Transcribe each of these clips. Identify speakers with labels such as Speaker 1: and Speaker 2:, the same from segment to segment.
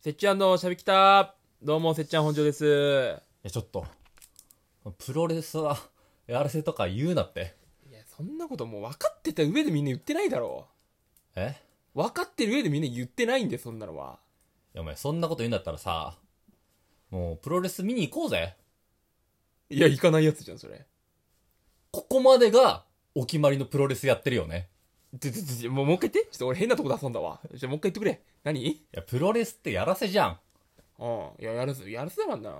Speaker 1: せっちゃんのしゃべきたどうもせっちゃん本庄です
Speaker 2: や、ちょっと、プロレスはやらせとか言うなって。
Speaker 1: いやそんなこともう分かってた上でみんな言ってないだろ
Speaker 2: え
Speaker 1: 分かってる上でみんな言ってないんでそんなのはい
Speaker 2: や、お前、そんなこと言うんだったらさ、もう、プロレス見に行こうぜ。
Speaker 1: いや行かないやつじゃんそれ
Speaker 2: ここまでが、お決まりのプロレスやってるよね。
Speaker 1: ちょちょちょもうもう一回言ってちょっと俺変なとこ出すんだわじゃもう一回言ってくれ何
Speaker 2: いや、プロレスってやらせじゃん。
Speaker 1: うんいややらせやらせだなんだな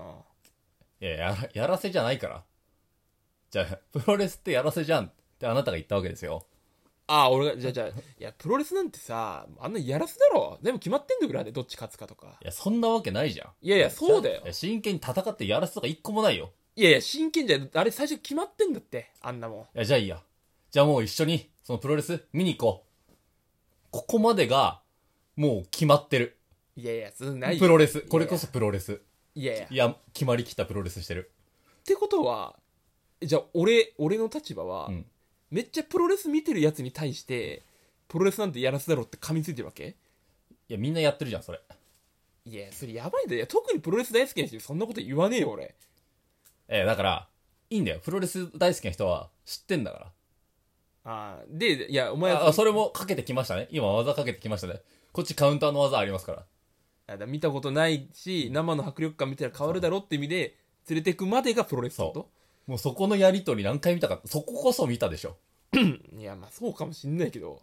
Speaker 1: い
Speaker 2: や、やら、やらせじゃないから。じゃあ、プロレスってやらせじゃんってあなたが言ったわけですよ。
Speaker 1: ああ俺がじゃあじゃあいやプロレスなんてさあんなやらせだろ全部決まってんだからねどっち勝つかとか
Speaker 2: いや、そんなわけないじゃん。
Speaker 1: いやいやそうだよ
Speaker 2: いや真剣に戦ってやらせとか一個もないよ。
Speaker 1: いやいや真剣じゃんあれ最初決まってんだってあんなもん
Speaker 2: いや、じゃあいいや。じゃあもう一緒に、そのプロレス見に行こう。ここまでが、もう決まってる。
Speaker 1: いやいやそんなないよ
Speaker 2: プロレス。これこそプロレス。
Speaker 1: いやいや
Speaker 2: いや、決まりきったプロレスしてる。
Speaker 1: ってことはじゃあ俺俺の立場は、
Speaker 2: うん
Speaker 1: めっちゃプロレス見てるやつに対してプロレスなんてやらせだろって噛みついてるわけ
Speaker 2: いや、みんなやってるじゃん、それ。
Speaker 1: いやそれやばいんだよ特にプロレス大好きな人にそんなこと言わねえよ俺
Speaker 2: えーだから、いいんだよ。プロレス大好きな人は知ってんだか
Speaker 1: ああでいやお前
Speaker 2: ら。あ、あそれもかけてきましたね。今技かけてきましたね。こっちカウンターの技ありますから。
Speaker 1: あだ見たことないし生の迫力感見たら変わるだろって意味で連れてくまでがプロレスだと
Speaker 2: もうそこのやりとり何回見たか、そここそ見たでしょ。
Speaker 1: いやまあそうかもしんないけど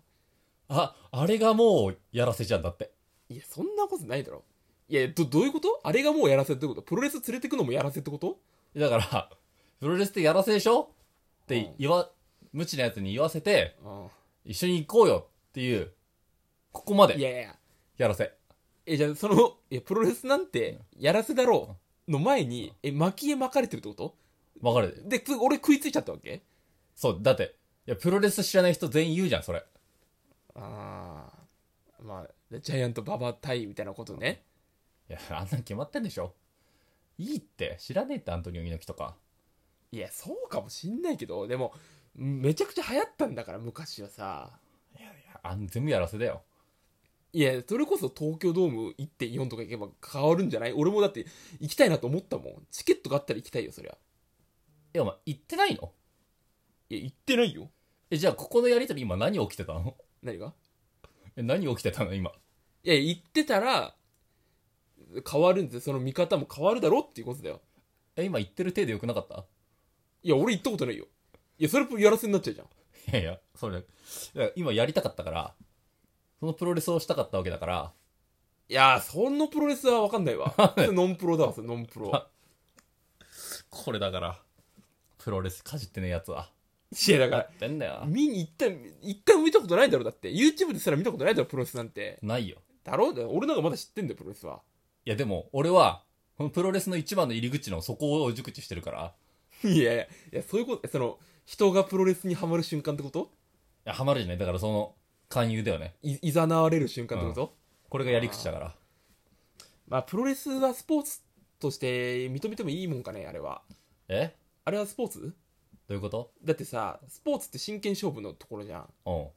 Speaker 2: あ、あれがもうやらせじゃんだって。
Speaker 1: いやそんなことないだろいやどどういうことあれがもうやらせってことプロレス連れてくのもやらせってこと
Speaker 2: だから、プロレスってやらせでしょって言わ、無知なやつに言わせて、
Speaker 1: うん
Speaker 2: 一緒に行こうよっていう、ここま
Speaker 1: い
Speaker 2: で
Speaker 1: やいや
Speaker 2: やらせ。
Speaker 1: えじゃあそのいやプロレスなんてやらせだろうの前にえ巻き絵巻かれてるってこと
Speaker 2: わかる
Speaker 1: でつ俺食いついちゃったわけ
Speaker 2: そう、だって、いや、プロレス知らない人全員言うじゃん、それ。
Speaker 1: ああまあジャイアントババア対みたいなことね
Speaker 2: いや、あんなん決まってんでしょいいって、知らねえって、アントニオ猪木とか。
Speaker 1: いやそうかもしんないけどでもめちゃくちゃ流行ったんだから昔はさ
Speaker 2: いやあん全部やらせだよ。
Speaker 1: いやそれこそ東京ドーム1.4とか行けば変わるんじゃない俺もだって行きたいなと思ったもんチケットがあったら行きたいよそりゃ
Speaker 2: え、お前、行ってないの
Speaker 1: いや行ってないよ
Speaker 2: え、じゃあ、ここのやりとり今何起きてたの
Speaker 1: 何が
Speaker 2: え、何起きてたの今。
Speaker 1: いや行ってたら変わるんですよその見方も変わるだろっていうことだよ
Speaker 2: え、今言ってる手でよくなかった
Speaker 1: いや、俺行ったことないよ。いや、それやらせになっちゃうじゃん。
Speaker 2: いやいや、それ、いや今やりたかったから、そのプロレスをしたかったわけだから、
Speaker 1: いやー、そのプロレスはわかん ないわ。それノンプロだわ、それノンプ ロ。
Speaker 2: これだから、プロレスかじってねえやつは。
Speaker 1: いや、だ
Speaker 2: や
Speaker 1: か
Speaker 2: ってんだ
Speaker 1: ら、
Speaker 2: よ。
Speaker 1: 見に行った、一回も見たことないだろ、だって。YouTube ですら見たことないだろ、プロレスなんて。
Speaker 2: ないよ。
Speaker 1: だろだから俺なんかまだ知ってんだよ、プロレスは。
Speaker 2: いや、でも、俺は、このプロレスの一番の入り口のそこを熟知してるから、
Speaker 1: いやいや、いや、そういうこと、その、人がプロレスにはまる瞬間ってこと
Speaker 2: いや、ハマるじゃない。だからその、勧誘だよね。
Speaker 1: い、いざなわれる瞬間ってこと、
Speaker 2: これがやり口だから。
Speaker 1: まあ、プロレスはスポーツとして認めてもいいもんかね、あれは。
Speaker 2: え
Speaker 1: あれはスポーツ
Speaker 2: どういうこと
Speaker 1: だってさ、スポーツって真剣勝負のところじゃん。
Speaker 2: う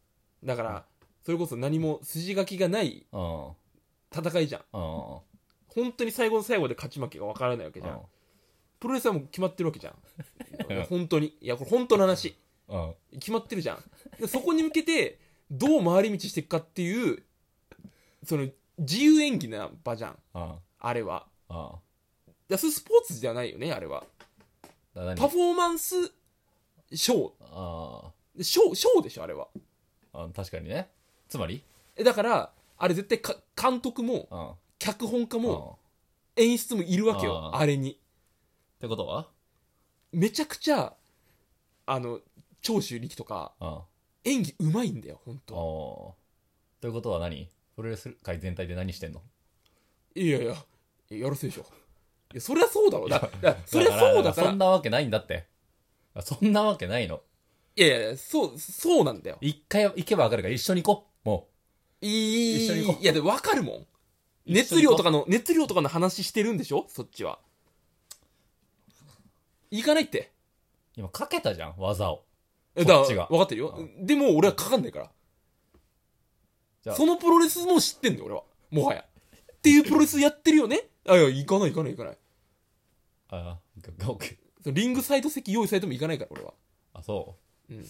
Speaker 1: だから、それこそ何も筋書きがない
Speaker 2: ん。うん。うん
Speaker 1: 戦いじゃん。
Speaker 2: うん。
Speaker 1: 本当に最後の最後で勝ち負けが分からないわけじゃん、
Speaker 2: う
Speaker 1: プロレスはもう決まってるわけじゃん
Speaker 2: うん
Speaker 1: いや本当にいやこれ本当の話
Speaker 2: ん。うん。
Speaker 1: 決まってるじゃんでそこに向けてどう回り道していくかっていうその自由演技な場じゃん
Speaker 2: うん。
Speaker 1: あれは
Speaker 2: うん。
Speaker 1: いやそれスポーツじゃないよねあれは
Speaker 2: だ何
Speaker 1: パフォーマンスショ
Speaker 2: あ
Speaker 1: ーショーショーでしょあれは
Speaker 2: ーあ。確かにね。つまり
Speaker 1: えだからあれ絶対か監督も
Speaker 2: うん。うん。っ
Speaker 1: 脚本家も演出もいるわけよ
Speaker 2: あー
Speaker 1: あれに
Speaker 2: てことは
Speaker 1: めちゃくちゃあの長州力とか
Speaker 2: うん。
Speaker 1: 演技うまいんだよ本当
Speaker 2: おーということは何プロレス界全体で何してんの
Speaker 1: いやいやいややらせでしょいやそりゃそうだろだだそりゃ
Speaker 2: だから
Speaker 1: そうだから
Speaker 2: そんなわけないんだって。あそんなわけないの。
Speaker 1: いやいやそうそうなんだよ
Speaker 2: 一回行けばわかるから一緒に行こう。も
Speaker 1: いい
Speaker 2: 一緒に行こう
Speaker 1: いやで分かるもん
Speaker 2: う。
Speaker 1: 熱量と
Speaker 2: か。
Speaker 1: かの熱量とかの話してるんでしょそっちは行かないって
Speaker 2: 今かけたじゃん、技を。
Speaker 1: えだ
Speaker 2: こっちが
Speaker 1: 分かってるよでも俺はかかんないか
Speaker 2: じ
Speaker 1: ら
Speaker 2: ゃあ
Speaker 1: そのプロレスも知ってんだよ俺はもはやっていうプロレスやってるよねあ、いや、行かない行かない行かない。
Speaker 2: ああ、オッケー。
Speaker 1: そのリングサイド席用意されても行かないから、俺は。
Speaker 2: あ、そう。
Speaker 1: うん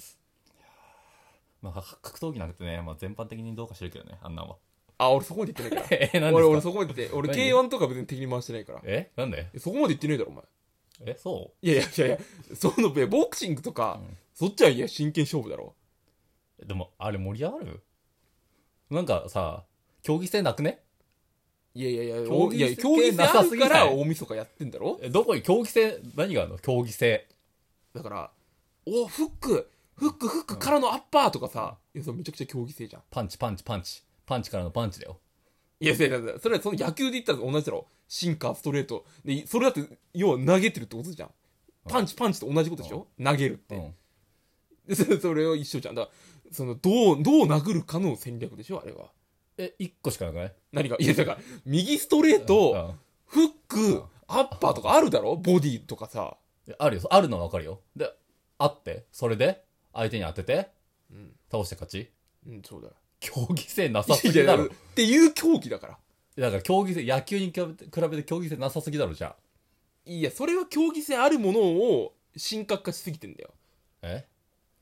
Speaker 2: まあ、か格闘技なんてね、まあ、全般的にどうかしてるけどね、あんな んは。
Speaker 1: あ、俺そこまで言ってないか
Speaker 2: え、な
Speaker 1: ら。
Speaker 2: ん
Speaker 1: 俺、
Speaker 2: で
Speaker 1: 俺
Speaker 2: すか
Speaker 1: そこまで言って、俺
Speaker 2: 何
Speaker 1: K1 とか別に敵に回してないから。
Speaker 2: えなんで
Speaker 1: そこまで言ってないだろ、お前。
Speaker 2: え、そ
Speaker 1: いやいやいやいや、その、いやボクシングとか、
Speaker 2: うん
Speaker 1: そっちはいや、真剣勝負だろ。
Speaker 2: うでも、あれ盛り上がるなんかさ、競技性なくね
Speaker 1: いやいやいや、
Speaker 2: 競
Speaker 1: お
Speaker 2: 技
Speaker 1: いや
Speaker 2: 性
Speaker 1: 競技性あ
Speaker 2: なさす
Speaker 1: る
Speaker 2: ぎな
Speaker 1: か
Speaker 2: い
Speaker 1: ら大晦日やってんだろ
Speaker 2: えどこに競技性、何があるの競技性。
Speaker 1: だから、おフック、フック、フックからのアッパーとかさ、いや、それめちゃくちゃ競技性じゃん。
Speaker 2: パンチ、パンチ、パンチ。パンチからのパンチだよ。
Speaker 1: いや、いやいやいやそれはその野球で言ったら同じだろ。シンカー、ストレート。で、それだって、要は投げてるってことじゃん。パンチ、パンチと同じことでしょ投げるっ
Speaker 2: う
Speaker 1: て。
Speaker 2: ん。
Speaker 1: でそれそれを一緒じゃん。だから、その、どう、どう殴るかの戦略でしょあれは。
Speaker 2: え、一個しかなくない
Speaker 1: 何か、いや、だから、右ストレート、
Speaker 2: うん
Speaker 1: フック、アッパーとかあるだろボディとかさ。
Speaker 2: いやあるよ。あるのはわかるよ。で、あって、それで、相手に当てて、
Speaker 1: うん
Speaker 2: 倒して勝ち。
Speaker 1: うん、そうだよ。
Speaker 2: 競技性なさす
Speaker 1: い
Speaker 2: ぎ
Speaker 1: や
Speaker 2: だ
Speaker 1: いや
Speaker 2: ろ
Speaker 1: っ。ていう競技だから。
Speaker 2: だから競技性、野球に比べて比べて競技性なさすぎだろ、じゃあ。
Speaker 1: いや、それは競技性あるものを神格化しすぎてんだよ。
Speaker 2: え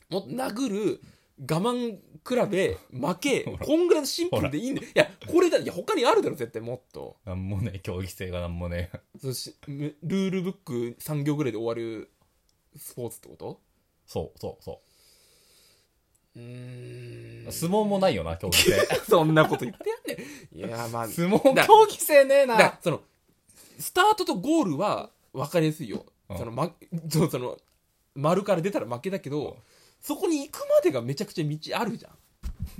Speaker 1: もっと殴る、我慢比べ、負け、こんぐらいのシンプルでいいんだよ。いや、これだ、いや、他にあるだろ、絶対もっと。
Speaker 2: なんもねえ、競技性がなんもねえ。
Speaker 1: そのしルールブック3行ぐらいで終わるスポーツってこと
Speaker 2: そう、そう、そう
Speaker 1: ー
Speaker 2: う。
Speaker 1: ん。
Speaker 2: 相撲もないよな、競技 性。
Speaker 1: そんなこと言ってやんねん。いや、まあ、
Speaker 2: 相撲
Speaker 1: だ
Speaker 2: 競技性ねえ
Speaker 1: だから
Speaker 2: な。
Speaker 1: そのスタートとゴールは分かりやすいよ、
Speaker 2: うん
Speaker 1: そのま、 そのその丸から出たら負けだけど、
Speaker 2: うん
Speaker 1: そこに行くまでがめちゃくちゃ道あるじゃん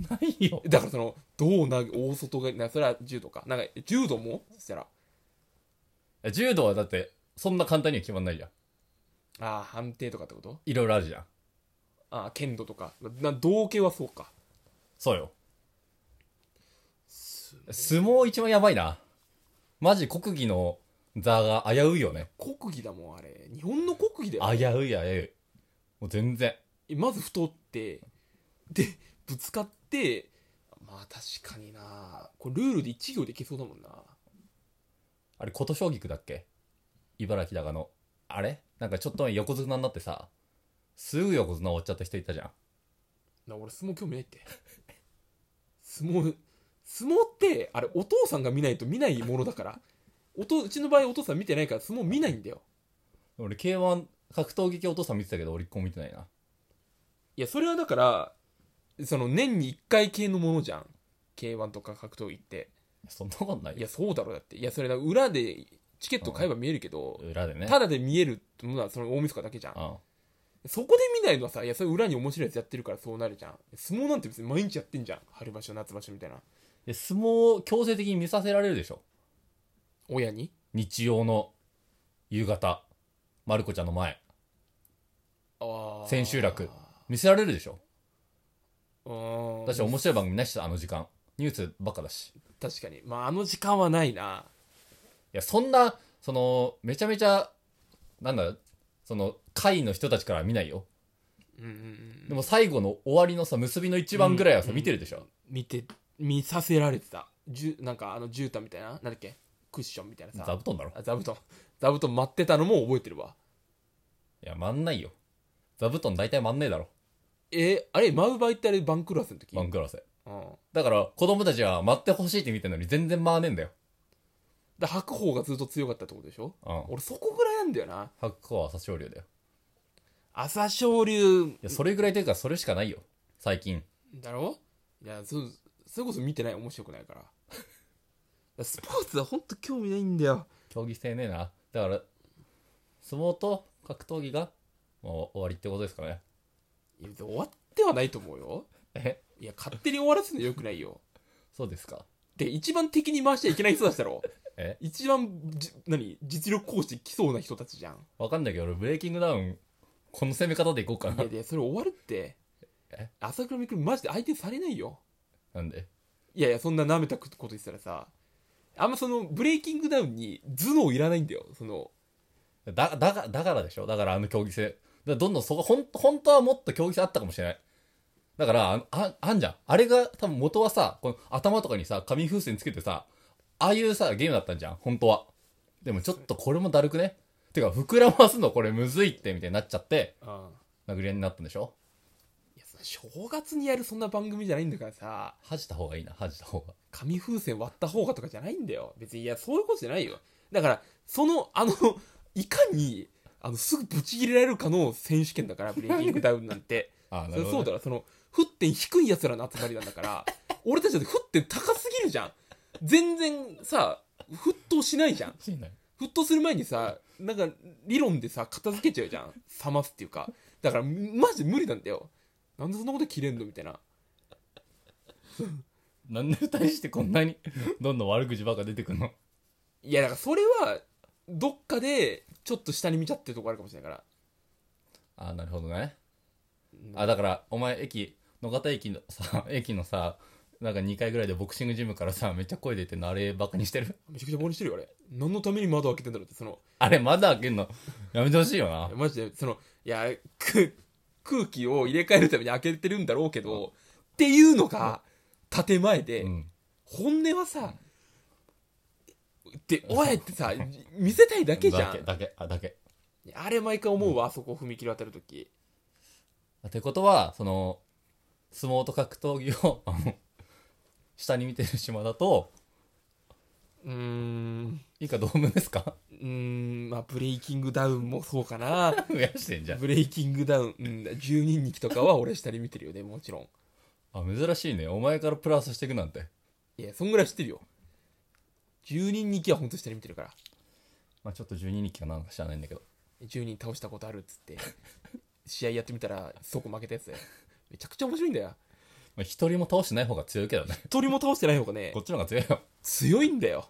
Speaker 2: ないよ。
Speaker 1: だからそのどうな大外がなそれは柔道かなんか柔道もそしたら
Speaker 2: 柔道はだって、そんな簡単には決まんないじゃん。
Speaker 1: ああ判定とかってこと
Speaker 2: いろいろあるじゃん。
Speaker 1: ああ剣道とかな道系はそうか
Speaker 2: そうよ。相撲一番やばいな。マジ国技の座が危ういよね。
Speaker 1: 国技だもんあれ日本の国技だよ
Speaker 2: 危うい危うい。もう全然。
Speaker 1: まず太ってでぶつかってまあ確かになこれルールで1行でいけそうだもんな
Speaker 2: あれ、琴将棋区だっけ茨城だがの。あれなんかちょっと前横綱になってさ、すぐ横綱終わっちゃった人いたじゃん。
Speaker 1: な俺相撲興味ないって 相撲相撲ってあれお父さんが見ないと見ないものだからおとうちの場合お父さん見てないから相撲見ないんだよ
Speaker 2: 俺、K1 格闘技系お父さん見てたけど、俺一個も見てないな。
Speaker 1: いやそれはだからその年に1回系のものじゃん k 1とか格闘技って
Speaker 2: そんなことない
Speaker 1: い
Speaker 2: よ。
Speaker 1: やそうだろうだっていやそれだ裏でチケット買えば見えるけど、
Speaker 2: 裏でね。
Speaker 1: ただで見えるものはその大晦日だけじゃん
Speaker 2: うん。
Speaker 1: そこで見ないのはさいやそれ裏に面白いやつやってるからそうなるじゃん相撲なんて別に毎日やってんじゃん春場所夏場所みたいな
Speaker 2: で、相撲を強制的に見させられるでしょ。
Speaker 1: 親に
Speaker 2: 日曜の夕方、まる子ちゃんの前、
Speaker 1: あー
Speaker 2: 千秋楽。見せられるでしょ。
Speaker 1: うーん
Speaker 2: 私面白い番組ないしさ、あの時間。ニュースばっかだし。い
Speaker 1: 確かにまああの時間はないな
Speaker 2: や、そんな、その、めちゃめちゃ、なんだ、その、会の人たちからは見ないよ。
Speaker 1: うんうんうん
Speaker 2: でも最後の終わりのさ、結びの一番ぐらいはさ、見てるでしょ。
Speaker 1: 見て見させられてたじゅなんかあの絨毯みたいななんだっけクッションみたいなさ
Speaker 2: 座布団だろ。
Speaker 1: あ座布団座布団待ってたのも覚えてるわ
Speaker 2: いや、まんないよ。座布団大体まんねえだろ。
Speaker 1: えーあれ舞う場合ってあれ番狂わせの時、う
Speaker 2: バ
Speaker 1: ん、
Speaker 2: ンクラせ。
Speaker 1: だか
Speaker 2: だから、子供たちは待ってほしいって見てるのに全然回んねえんだよ。
Speaker 1: ら白鵬がずっと強かったってことでしょ
Speaker 2: うん。
Speaker 1: 俺そこぐらいなんだよな
Speaker 2: 白鵬は朝青龍だよ。
Speaker 1: 朝青龍
Speaker 2: いや、それぐらいというか、それしかないよ。最近。
Speaker 1: だろいやそそれこそ見てない面白くないからい やスポーツは本当興味ないんだよ
Speaker 2: 競技性ねえな。だから、相撲と格闘技が、もう終わりってことですかね。
Speaker 1: いや終わってはないと思うよ
Speaker 2: え
Speaker 1: いや勝手に終わらせるのよくないよ
Speaker 2: そうですか。
Speaker 1: で一番敵に回しちゃいけない人たちだろ
Speaker 2: え
Speaker 1: 一番じ何実力行使来そうな人たちじゃん
Speaker 2: わかんないけど、俺、ブレイキングダウン、この攻め方でいこうか
Speaker 1: いや
Speaker 2: な。
Speaker 1: でそれ終わるって
Speaker 2: え
Speaker 1: 朝倉未来マジで相手にされないよ
Speaker 2: なんで。
Speaker 1: いやいやそんな舐めたこと言ってたらさあんまそのブレイキングダウンに頭脳いらないんだよその
Speaker 2: だ、だが、だからでしょだからあの競技性。だからどんどんそこ、ほん、本当はもっと競技性あったかもしれない。だから、あの、あ、あんじゃん。あれが、多分元はさ、この頭とかにさ、紙風船つけてさ、ああいうさ、ゲームだったんじゃん、本当は。でもちょっとこれもだるくねてか、膨らますのこれむずいって、みたいになっちゃって、
Speaker 1: うん
Speaker 2: 殴り合いになったんでしょ
Speaker 1: いやその正月にやるそんな番組じゃないんだからさ
Speaker 2: 恥じた方がいいな、恥じた方が。
Speaker 1: 紙風船割った方がとかじゃないんだよ別にいやそういうことじゃないよだからそのあのいかにあのすぐぶち切れられるかの選手権だからブレイキングダウンなんて
Speaker 2: あ あ、
Speaker 1: そ
Speaker 2: な
Speaker 1: り
Speaker 2: る
Speaker 1: ゃ
Speaker 2: ほ
Speaker 1: そうだ
Speaker 2: どね、
Speaker 1: ろその沸点低いやつらの集まりなんだから俺たちだって沸点高すぎるじゃん全然さ沸騰しないじゃん
Speaker 2: しんない
Speaker 1: 沸騰する前にさなんか理論でさ片付けちゃうじゃん冷ますっていうかだからマジ無理なんだよなんでそんなこと切れんのみたいな
Speaker 2: なんで対してこんなに、どんどん悪口ばっか出てくんの
Speaker 1: いやだからそれはどっかでちょっと下に見ちゃってるとこあるかもしれないから
Speaker 2: ああ、なるほどね。
Speaker 1: うん
Speaker 2: あ、だから、お前、駅、野方駅のさ、 駅のさ、なんか2階ぐらいでボクシングジムからさ、めっちゃ声出てんの、あれバカにしてる
Speaker 1: めちゃくちゃ棒にしてるよあれ何のために窓開けてんだろうってその
Speaker 2: あれ、まだ開けんの。やめてほしいよな。
Speaker 1: マジでそのいやく空気を入れ替えるために開けてるんだろうけど、っていうのが建前で、
Speaker 2: うん。
Speaker 1: 本音はさっておいってさ見せたいだけじゃ
Speaker 2: だけ、
Speaker 1: ん
Speaker 2: だけ、あ、だけ。
Speaker 1: あれ毎回思うわ、あそこ踏切渡るとき
Speaker 2: ってことは、その、相撲と格闘技を、あの、下に見てる島だと、
Speaker 1: うーん
Speaker 2: 以下同盟ですか
Speaker 1: うーんまあブレイキングダウンもそうかな
Speaker 2: 増やしてんじゃん。
Speaker 1: ブレイキングダウン、うん、12人気とかは俺下に見てるよねもちろん
Speaker 2: あ、珍しいね。お前からプラスしていくなんて。
Speaker 1: いやそんぐらい知ってるよ10人2気は本当下に見てるから
Speaker 2: まあちょっと12日かなんか知らないんだけど。
Speaker 1: 10人倒したことあるっつって試合やってみたらそこ負けたやつだよめちゃくちゃ面白いんだよ
Speaker 2: まあ一人も倒してない方が強いけどね。
Speaker 1: 一人も倒してない方がね
Speaker 2: こっちの方が強いよ。
Speaker 1: 強いんだよ